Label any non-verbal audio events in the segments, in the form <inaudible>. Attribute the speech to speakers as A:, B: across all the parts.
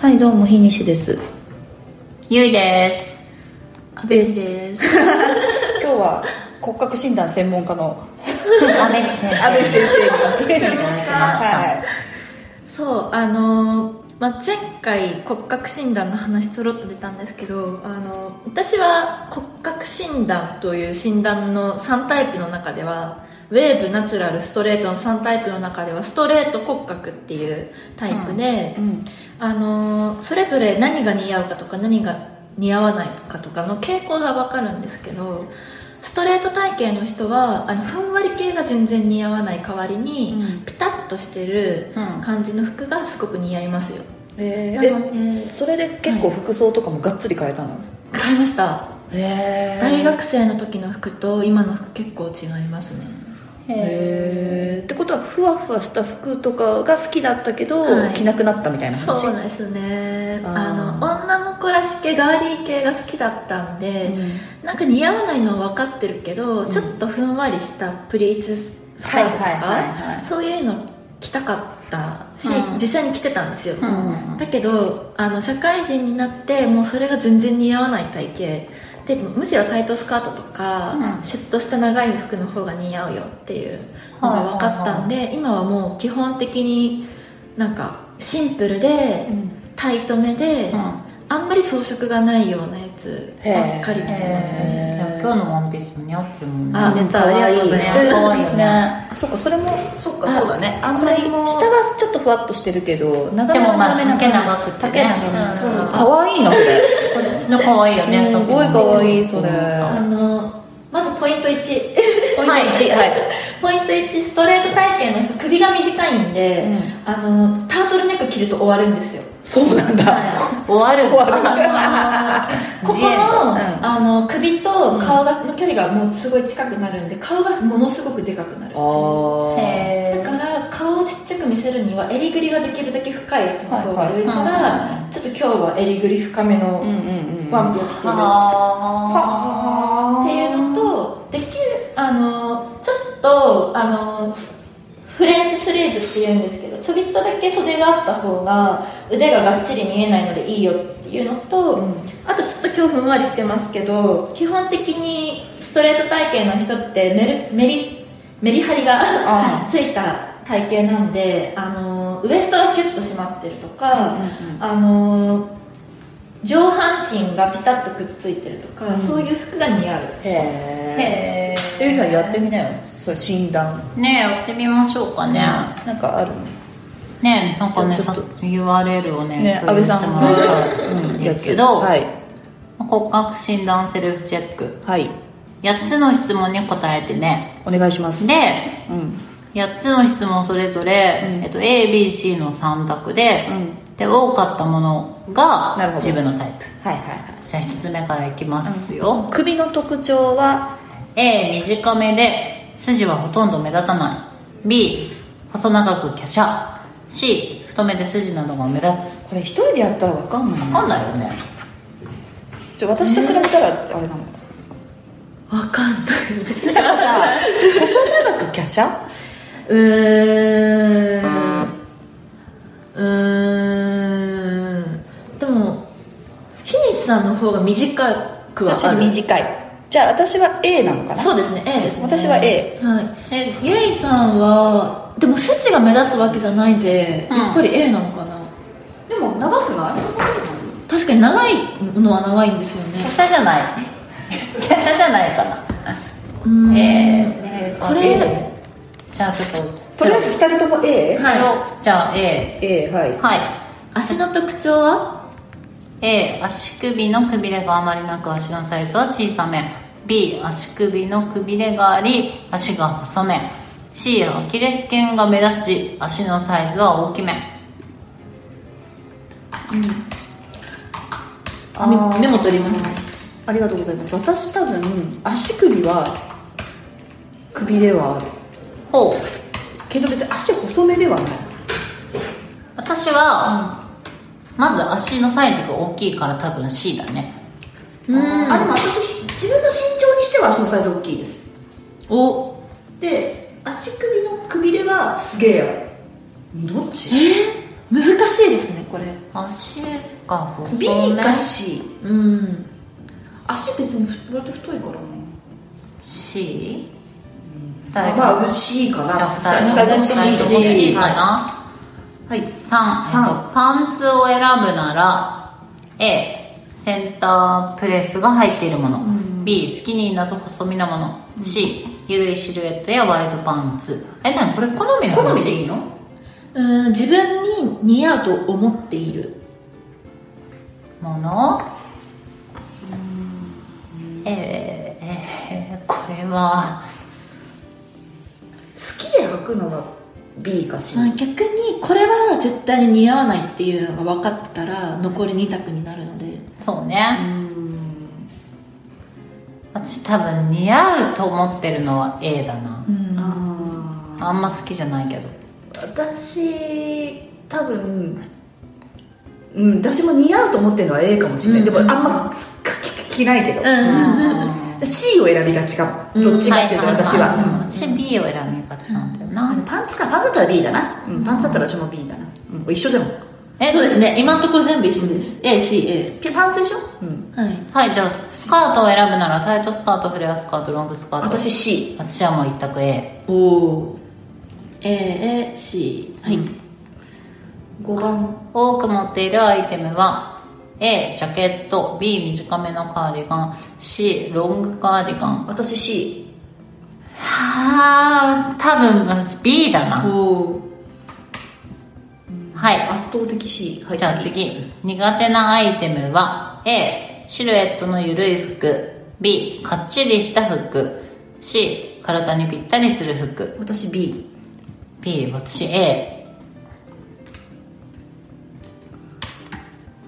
A: はい、どうも、ひにしです。
B: ゆいです。
A: 安倍
B: です。
A: 今日は骨格診断専門家の
B: 安倍氏先
A: 安倍先生に。
B: は
C: <laughs> そうあのーまあ、前回骨格診断の話ちょろっと出たんですけどあのー私は骨格診断という診断の3タイプの中ではウェーブナチュラルストレートの3タイプの中ではストレート骨格っていうタイプで、
A: うん、
C: あのーそれぞれ何が似合うかとか何が似合わないかとかの傾向が分かるんですけどストレート体型の人はあのふんわり系が全然似合わない代わりに、
A: うん
C: ピタッとしてる
A: うん
C: 感じの服がすごく似合いますよ
A: え
C: なの
A: ーえ
C: で
A: それで結構服装とかもがっつり変えたの、
C: 買いました
A: えー
C: 大学生の時の服と今の服結構違いますね
A: えーってことはふわふわした服とかが好きだったけど、
C: はい
A: 着なくなったみたいな話
C: そうですね
A: あー
C: あの女の子らし系ガーリー系が好きだったんで、
A: う
C: なんか似合わないのは分かってるけど、
A: ん
C: ちょっとふんわりしたプリーツスカートとか、
A: はいはいはいはい
C: そういうの着たかったし、
B: うん
C: 実際に着てたんですよ、
B: うん
C: だけどあの社会人になってもうそれが全然似合わない体型でむしろタイトスカートとか、
B: うん
C: シュッとした長い服の方が似合うよっていうのが分かったんで、今はもう基本的になんかシンプルで、
A: ん
C: タイトめで、あんまり装飾がないようなやつばっかり着てますね
B: えー、いや今日のワンピースも似合ってるもんね。
C: あ
B: うん
C: やったありがとうございます
B: ね可愛いよ
A: ね
B: ね。
A: そっかそれもそっかそうだねあん
C: こ
A: まり
C: れ
A: 下
C: も
A: はちょっとふわっとしてるけど長
B: で
A: め
B: も
A: の
B: ま
A: 長め
B: あ
A: な
B: 丈長くて
A: 丈
B: ね。
A: 長め
B: うん
A: そうかわいいなそれ
B: これの可愛いよね。
A: す
B: そこ
A: ごいかわいいそれ
C: あのまずポイント
A: ポ
C: 1
A: イント1はい
C: <laughs> ポイント1ストレート体型の人首が短いんで、あのタートルネック着ると終わるん
B: <laughs>
C: ですよ
A: そうなんだ
B: 終わる。
A: 終わる
C: あのーここ
B: 自衛
C: の,、
A: うん
C: あの首と顔が、の距離がもうすごい近くなるんで顔がものすごくでかくなる
A: ああ
C: だ
B: へ
C: から顔をちっちゃく見せるには襟ぐりができるだけ深いやつの方が良いから、
B: はい
C: ちょっと今日は襟ぐり深めの
A: うんうんうん
C: ワンピを着てる
B: は
C: っていうのとできるあのちょっとあのフレンチスリーブっていうんですけどちょびっとだけ袖があった方が腕ががっちり見えないのでいいよっていうのと、
A: うん
C: あとちょっと今日ふんわりしてますけど基本的にストレート体型の人ってメルメリメリハリ
A: あ
C: がついた体型なんであのウエストがキュッと締まってるとか、あの上半身がピタッとくっついてるとか、そういう服が似合う
A: へえ
B: へ
A: ゆいさんやってみなよそういう診断
B: ねえやってみましょうかね。
A: なんかある
B: ねえなんかね
A: じゃ
B: さ
A: あちょっと
B: URL をね
A: ね
B: 共
A: 安
B: 有
A: 倍
B: し
A: さ
B: て
A: ん
B: もらったらいいんですけど、
A: はい
B: 骨格診断セルフチェック
A: はい
B: 8つの質問に答えてね
A: お願いします
B: で
A: うん
B: 8つの質問それぞれ、
A: うん
B: えっと、ABC の3択で,、で多かったものが
A: なるほど
B: 自分のタイプ
A: はいはいはい
B: じゃあ1つ目からいきますよ、
A: 首の特徴は
B: A 短めで筋はほとんど目立たない B 細長く華奢 C 太めで筋などが目立つ
A: これ一人でやったらわかんない
B: 分かんないよね
A: ちょ私と比べたらあれなの
C: わかんな
A: だ
C: い
A: からさ細長く華 <laughs> 奢
C: うーんうーんでもひにしさんの方が短くは
A: 私
C: あ
A: は
C: る
A: 短いじゃあ私は A なのかな
C: そうですね A ですね
A: 私は A
C: はいえゆいさんはでも筋が目立つわけじゃないんで、
B: うん
C: やっぱり A なのかな
A: でも長くない
C: 確かに長いのは長いんですよね
B: 華奢じゃない <laughs> 華奢じゃないかな
C: うーん
B: えー
C: これ、
A: え
B: じゃあちょっ
A: と
B: と
A: りあえず二人とも A?
C: はい
B: そうじゃあ A
A: A はい
B: はい
C: 足の特徴は
B: A 足首のくびれがあまりなく足のサイズは小さめ B 足首のくびれがあり足が細め C アキレス腱が目立ち足のサイズは大きめ
A: あー
C: メモ取りますね
A: ありがとうございます私多分足首はくびれはある
B: ほう
A: けど別に足細めではない
B: 私は、まず足のサイズが大きいから多分 C だね
C: うん
A: あでも私自分の身長にしては足のサイズ大きいです
C: お
A: で足首のくびれはすげえやどっち
C: えー、難しいですねこれ
B: 足が細め
A: B か C
C: うん
A: 足別にふ割と太いからな
B: C? 誰か
A: まあ C かな
B: じゃあ
A: 2
B: 二人
A: 人と
B: とも
A: も
B: C
A: C
B: と
A: と
B: C か
A: は
B: な、
A: い、はい、
B: 三
A: 三
B: えっとパンツを選ぶなら A センタープレスが入っているもの、B スキニーなど細身なもの、C ゆるいシルエットやワイドパンツえなにこれ好みの話
A: 好みでいいの
C: うん自分に似合うと思っている
B: ものえーえーこれは
A: 好きで履くのが B か C
C: まあ逆にこれは絶対に似合わないっていうのが分かってたら残り2択になるので
B: そうね、私多分似合うと思ってるのは A だな、
C: うん
A: あ
B: あんま好きじゃないけど
A: ー私多分うん私も似合うと思ってるのは A かもしれない、
C: うん
A: でもあんま着着ないけど、
B: うん
A: C を選びがちか
C: うん
A: どっちかっていうと
B: はいはい
A: 私は、
B: い
A: うん
B: 私 B を選びがちなんだよな、
A: あパンツかパンツだったら B だな、うん、パンツだったら私も B だな、うん、一緒でも
B: え
C: そうですね今のところ全部一緒です ACA
A: ピパンツでしょ、うん、
C: はい
B: はいじゃあスカートを選ぶならタイトスカートフレアスカートロングスカート
A: 私 C
B: 私はもう一択 A
C: おお AAC はい、
A: 5番
B: 多く持っているアイテムは A ジャケット B 短めのカーディガン C ロングカーディガン
A: 私 C
B: はあ多分私 B だな
C: おお
B: はい
A: 圧倒的 C はい
B: じゃあ
A: 次
B: 次苦手なアイテムは A シルエットのゆるい服 B かっちりした服 C 体にぴったりする服
A: 私 B
B: B 私 A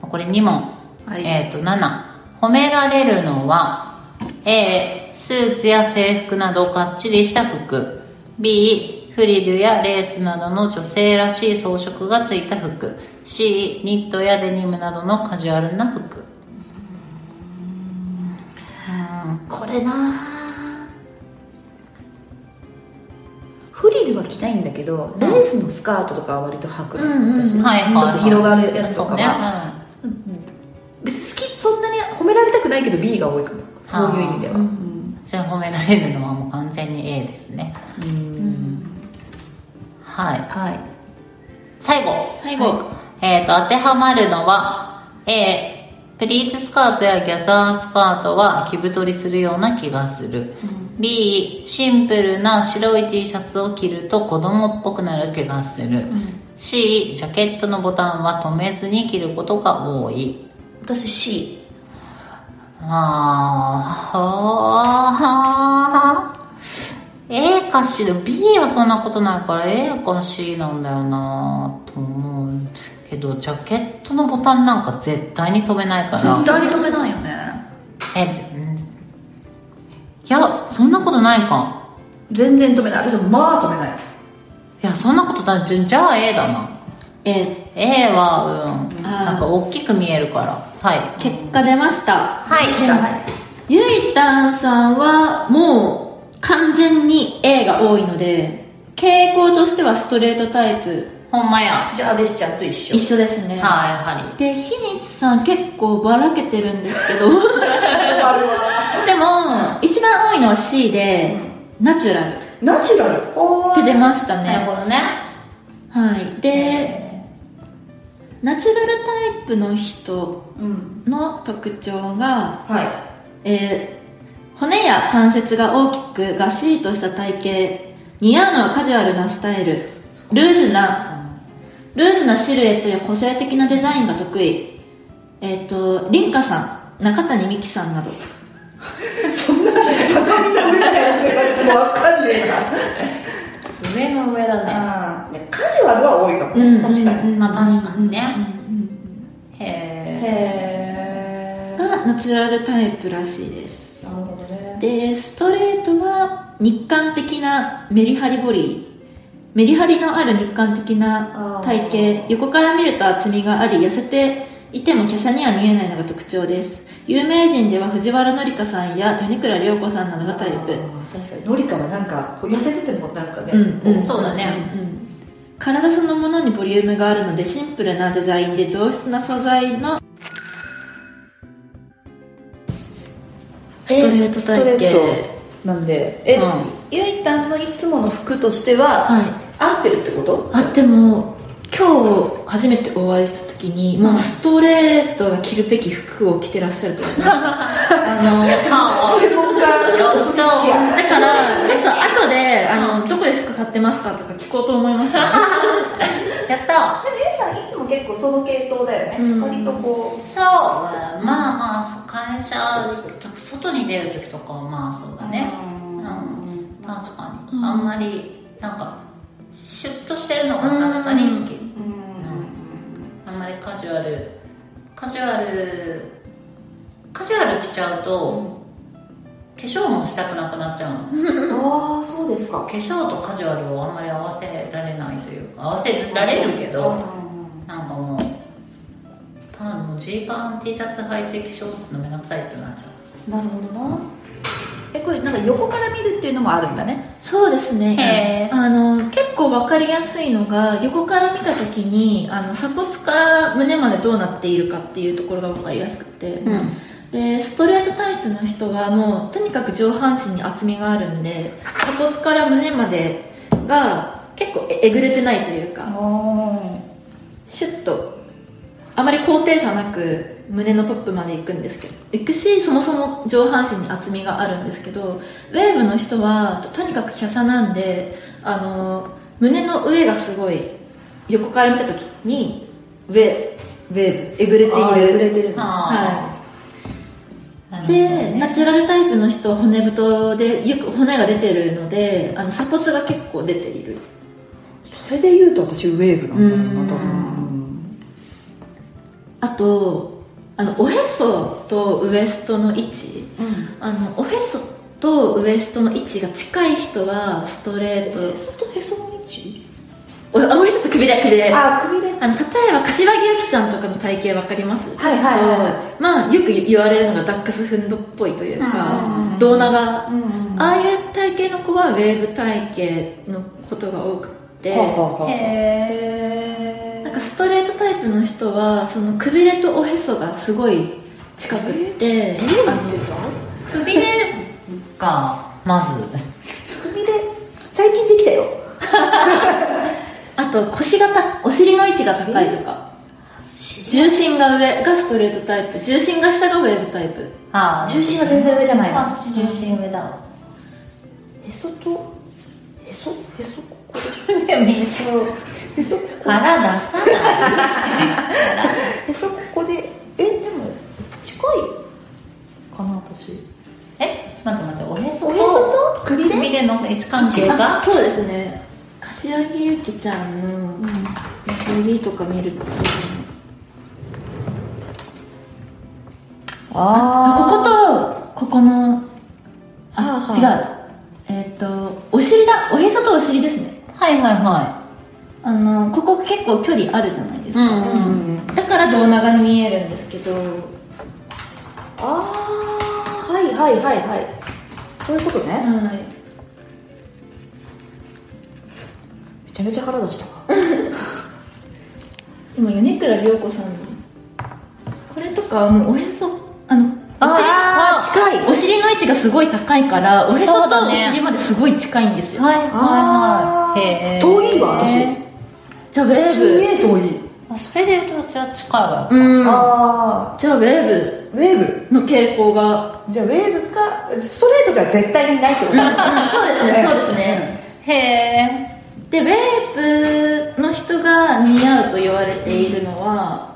B: これ2問、
A: はい
B: えっ、と7褒められるのは A スーツや制服などかっちりした服 B フリルやレースなどの女性らしい装飾がついた服 C ニットやデニムなどのカジュアルな服
A: これなフリルは着ないんだけどレースのスカートとかは割と履くの、
C: うんうん
A: 私、
B: はいはい
A: ちょっと広がるやつとか
B: そうね
A: は、別に好きそんなに褒められたくないけど B が多いかなそういう意味では
B: あー
A: うん
B: うんじゃあ褒められるのはもう完全に A ですねはい
A: はい
B: 最後
C: 最後、
B: えー、と当てはまるのは A プリーツスカートやギャザースカートは着太りするような気がする、B シンプルな白い T シャツを着ると子供っぽくなる気がする、C ジャケットのボタンは留めずに着ることが多い
A: 私 C
B: あーはー A か C で B はそんなことないから A か C なんだよなと思うけどジャケットのボタンなんか絶対に留めないから
A: 絶対に止めないよね
B: えうんいやそんなことないか
A: 全然止めない私はまあ止めない
B: いやそんなことないじゃじゃあ A だな
C: A
B: A はうん
C: ー
B: なんか大きく見えるからはい
C: 結果出ました
B: はい
A: 汚
C: ゆいたんさんはもう完全に A が多いので傾向としてはストレートタイプ
B: ほんまや
A: いじゃあ安部ちゃんと一緒
C: 一緒ですね
B: はいやは
C: で
B: り
C: ひにちさん結構ばらけてるんですけど
A: あるわ
C: でも一番多いのは C で、ナチュラルっ
A: ナチュラルお
C: て出
A: す
C: ました
B: なる
C: ね
B: ほどね
C: はいでナチュラルタイプの人
A: うん
C: の特徴が
A: はい
C: えー骨や関節が大きくがっしりとした体型似合うのはカジュアルなスタイルルーズなルーズなシルエットや個性的なデザインが得意えっ、と凛花さん中谷美紀さんなど
A: そんな高見た上みたいなわかんねえな
B: 上の上だ
A: あーいやカジュアルは多いかも
C: うん
A: ね確かに
B: まあ確かにね、へえ
A: へえ
C: がナチュラルタイプらしいです
A: なるほどね
C: でストレートは日韓的なメリハリボディメリハリのある日韓的な体型
A: あー
C: 横から見ると厚みがあり痩せていても華奢には見えないのが特徴です有名人では藤原紀香さんや米倉涼子さんなどがタイプ
A: あー確かにのりかはなんかこう痩せててもなんかね、
C: うん
A: こう
C: うん
B: そうだね
C: うん体そのものにボリュームがあるのでシンプルなデザインで上質な素材のストレート体
A: ス
C: 型
A: トレートなんでえ、
C: うん
A: ゆいたんのいつもの服としては、
C: はい
A: 合ってるってこと
C: あでも今日初めてお会いした時にもうストレートが着るべき服を着てらっしゃると <laughs> 思いますあの
B: やったー
A: 専門家
B: やったー
C: だからちょっと後であのどこで服買ってますかとか聞こうと思います
B: やったー
A: でもゆいさんいつも結構その系統だよね、
C: うん
A: 割とこう
B: そうまあまあそう会社外に出る時とかはまあそうだね
A: う
B: うんん確かに、
C: うん
B: あんまりなんかシュッとしてるのが確かに好き、
A: うん
B: あんまりカジュアルカジュアルカジュアル着ちゃうと化粧もしたくなくなっちゃうの
A: ああそうですか
B: 化粧とカジュアルをあんまり合わせられないというか合わせられるけど、
A: うん
B: なんかもうパンもジーパン T シャツ履いて化粧するのめんどくさいってなっちゃう
A: なるほどなえこれなんか横から見るっていうのもあるんだね
C: <laughs> そうです
B: へ
C: ね
B: ー
C: あの結構分かりやすいのが横から見た時にあの鎖骨から胸までどうなっているかっていうところが分かりやすくて、
B: うん
C: でストレートタイプの人はもうとにかく上半身に厚みがあるんで鎖骨から胸までが結構ええぐれてないというか
A: あ
C: シュッとあまり高低差なく胸のトップまで行くんですけど行くしそもそも上半身に厚みがあるんですけどウェーブの人はととにかく華奢なんであの胸の上がすごい横から見た時に上ウェーブえぐれ
A: あ
C: て
A: え
C: い
A: ぐ
C: る
A: れてる
C: は、
B: はいい
C: で、
B: なる
C: ナチュラルタイプの人は骨太でよく骨が出てるのであの鎖骨が結構出ている
A: それで言うと私ウェーブなんだろうな多
C: う
A: 分
C: あとあのおへそとウエストの位置
A: うん
C: あのおへそとウエストの位置が近い人はストレー
A: へ
C: ト
A: そとへその位置
C: おあおへそとくびれくびれあ
A: あくびれ
C: の例えば柏木由紀ちゃんとかの体型わかります
A: はいはいはいは
C: とまあよく言われるのがダックスフンドっぽいという
B: うんうん
A: う
C: か
A: ん
C: 胴長
A: うんうん
C: ああいう体型の子はウェーブ体型のことが多くて
A: はあはあ
B: ほ
A: はあ
B: ど
C: へなんかストレートタイプの人はそのくびれとおへそがすごい近くって
A: どう
C: あ
A: な
C: の
A: ってた
B: くびれがまず
A: くびれ最近できたよ
C: あと腰がたお尻の位置が高いとか重心が上がストレートタイプ重心が下がウェーブタイプ
B: あ
A: 重心が全然上じゃないの
B: 私重心上だわ
A: へそとへそへそここでし
B: へ
A: ょへそ
B: 腹出さない
A: へそここでえでも近いかな私
B: えちょっと待って待っておへそ
A: おへそとくびれ
B: くびれの位置関係
C: あ
B: が
C: そうですね柏木由紀ちゃんの
A: うん
C: 指とか見ると
A: あ
C: こことここの
A: あ
C: あ
A: ー
C: 違うえっ、とお尻だおへそとお尻ですね
B: はいはいは
C: あのここ結構距離あるじゃないですか、
B: うん
A: こうん
C: だから胴長に見えるんですけど
A: ああーはいはいはいはいそういうことね
C: はい
A: めちゃめちゃ腹出したわ
C: 今米倉涼子さんのこれとかはもうおへそあの
A: あー
C: お尻
A: 近い
C: お尻の位置がすごい高いからおへ
B: そ
C: そうと
B: だ
C: お
B: ね
C: 尻まですごい近いんです
B: い
C: よ、
B: はいはい
A: あ
B: はいへ
A: ー
B: え
A: 遠いわ私
C: じゃあウェ
A: すげ
C: ー
A: え遠い
B: あそれで言うと私は近いわ
C: ブうん
A: あ
C: じゃあウェー
A: ーウェーブ
C: ブの傾向
A: <laughs>
C: が
A: じゃあウェーブかストレートでは絶対にないってことだ
C: そうですねそうですね
B: へえ
C: でウェーブの人が似合うと言われているのは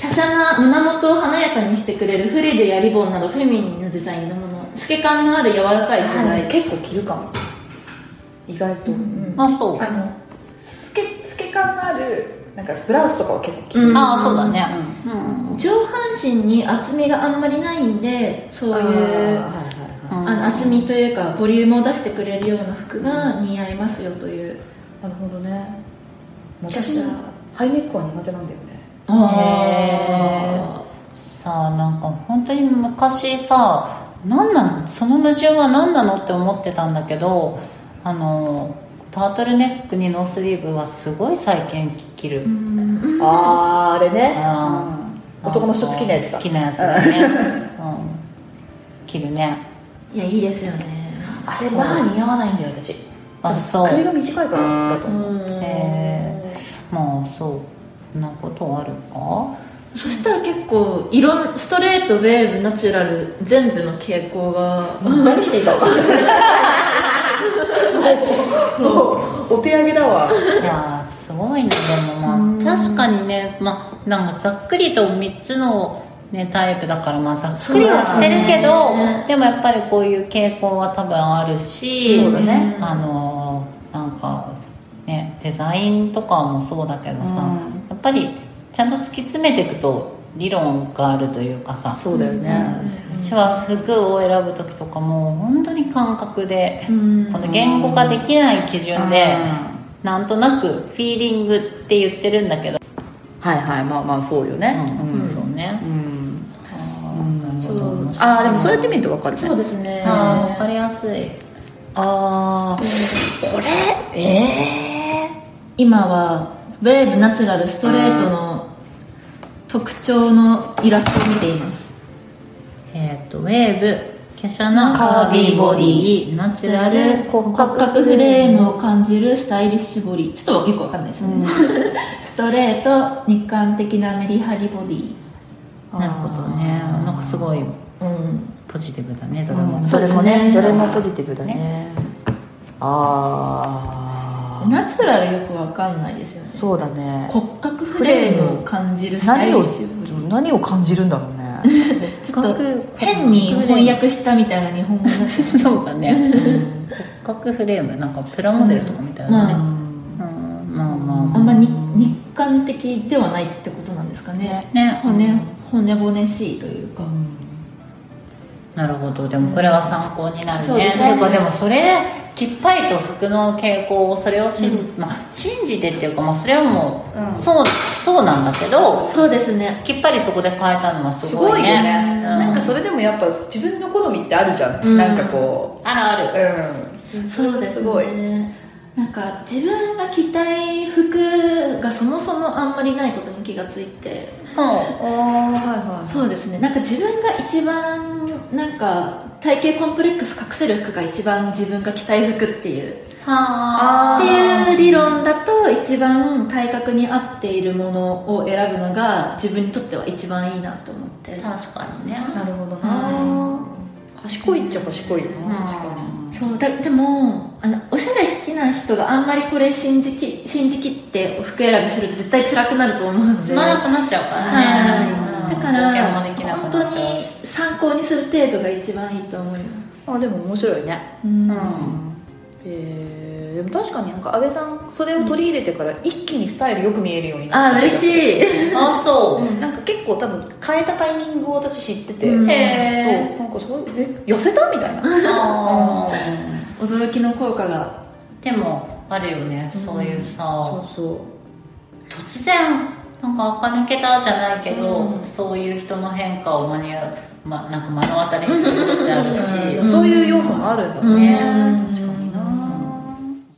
C: 華奢な胸元を華やかにしてくれるフリルやリボンなどフェミニンなデザインのもの透け感のある柔らかい素材、
A: はい結構着るかも意外と、
B: あそう
A: あの透け透け感のあるなんかブラウスとかは結構着る、
C: うん
B: ああそうだねうん
C: 上半身に厚みがあんまりないんでそういう
A: あー
C: あ
A: はいはいはい
B: うん
C: の厚みというかボリュームを出してくれるような服が似合いますよという
A: なるほどね
C: 私
A: 私ハイネックは苦手なんだよね
C: あ
B: さあなんか本当に昔さ何なのその矛盾は何なのって思ってたんだけどあのタートルネックにノースリーブはすごい最近着る、
C: うん
A: あーあれね、
B: あ
A: うん男の人好きなやつだ
B: 好きなやつだね、うん、着るね
C: いやいいですよね
A: あれまあ似合わないんだよ私
B: あそう
A: 首が短いからだと思う、
B: へまあそうなことあるか
C: そしたら結構いろんストレートウェーブナチュラル全部の傾向が
A: 何していいか分かんないもうもうお手上げだわ
B: いやーすごいねでも
C: うん
B: まあ確かにねまあなんかざっくりと3つのねタイプだからまあざっくりはしてるけど
C: そうだね
B: でもやっぱりこういう傾向は多分あるし
A: そうだね
B: あのーなんかねデザインとかもそうだけどさ、
A: うん
B: やっぱりちゃんと突き詰めていくと理論があるというかさ
A: そうだよね
B: うちは服を選ぶ時とかも本当に感覚で、
C: うん
B: この言語化できない基準で、なんとなくフィーリングって言ってるんだけど、
A: はいはいまあまあそうよね
B: うん
A: うん
B: そうね、
A: うん
B: あー
C: そう
B: なるほど
A: ああでもそうやって見ると分かるね
C: そうですね
B: あーわかりやすい
A: ああこれえ
C: 今はウェーブナチュラルストレートの特徴のイラストを見ています
B: えっ、とウェーブ華奢なカービーボディナチュラル
C: 骨格フレームを感じるスタイリッシュボディちょっとよくわかんないですね、 <laughs> ストレート日韓的なメリハリボディ
A: ー
B: なるほどねなんかすごい
C: うん
B: ポジティブだねど
A: う
B: れも、
A: ん
C: そ
A: ど
C: う
A: れ
C: です
A: も
C: ね
A: ねどれもポジティブだねああ
C: ナチュラルよくわかんないですよね
A: そうだね
C: 骨格フレームを感じるスタ
A: 何
C: イリ
A: を
C: ッシュボディ
A: 何を感じるんだろうね
C: ちょっと変に翻訳したみたいな日本語になってる
B: <laughs> そうだね骨格フレーム <laughs> なんかプラモデルとかみたいなね、うんまあまあま
C: あ
B: あ
C: んまに日韓的ではないってことなんですかね
B: ね
C: 骨骨骨しいというか、
B: なるほどでもこれは参考になる
C: そうで
B: ね
C: すね
B: そうかでもそれきっぱりと服の傾向をそれを信,、まあ、信じてっていうか、まあ、それはもう、
A: うん
B: そうそうなんだけど
C: そうですね
B: きっぱりそこで変えたのはす
A: す
B: ご
A: ご
B: い
A: い
B: ね
A: よね
B: うん
A: なんかそれでもやっぱ自分の好みってあるじゃん、
C: うん
A: なんかこ
B: あるある
A: ううん
C: そうです
A: すごい
C: ねなんか自分が着たい服がそもそもあんまりないことに気がついて
B: も
A: ああはいはい
C: そうですねなんか自分が一番なんか体型コンプレックス隠せる服が一番自分が着たい服っていう
B: うはあ
A: あ
C: っ
A: ー
C: ていう理論だと一番体格に合っているものを選ぶのが自分にとっては一番いいなと思って
B: 確かにね
A: なるほど
C: は
A: な賢いっちゃ賢いよな、
B: うん
A: 確かに
C: そうだでもあのおしゃれ好きな人があんまりこれ信じき信じきってお服選びすると絶対辛くなると思うんで
B: つまらなくなっちゃうからね、
C: はい、
B: うん
C: だか
B: 貢
C: ら
B: 献もできな
C: 本
B: くな
C: 当
B: っちゃう
C: に
B: し
C: 参考にする程度が一番いいと思います
A: あでも面白いね
C: うん
A: えーでも確かになんか安倍さんそれを取り入れてから一気にスタイルよく見えるようにな
C: あ
A: った
C: ー嬉し
A: い
C: い <laughs>
B: あそう、
A: なんか結構多分変えたタイミングを私知ってて、
C: うん
B: へえ
A: そうなんかそうえ痩せたみたいな
B: あ
C: 驚きの効果が
B: ーでもあるよね、そういうさ
A: そうそ
B: 突然なんか垢抜けたじゃないけど、
C: うん
B: そういう人の変化を間に合う、ま、なんか目の当たりにすることってあるし、
A: う、うんそういう要素もあるんだ
C: うん
A: ね、確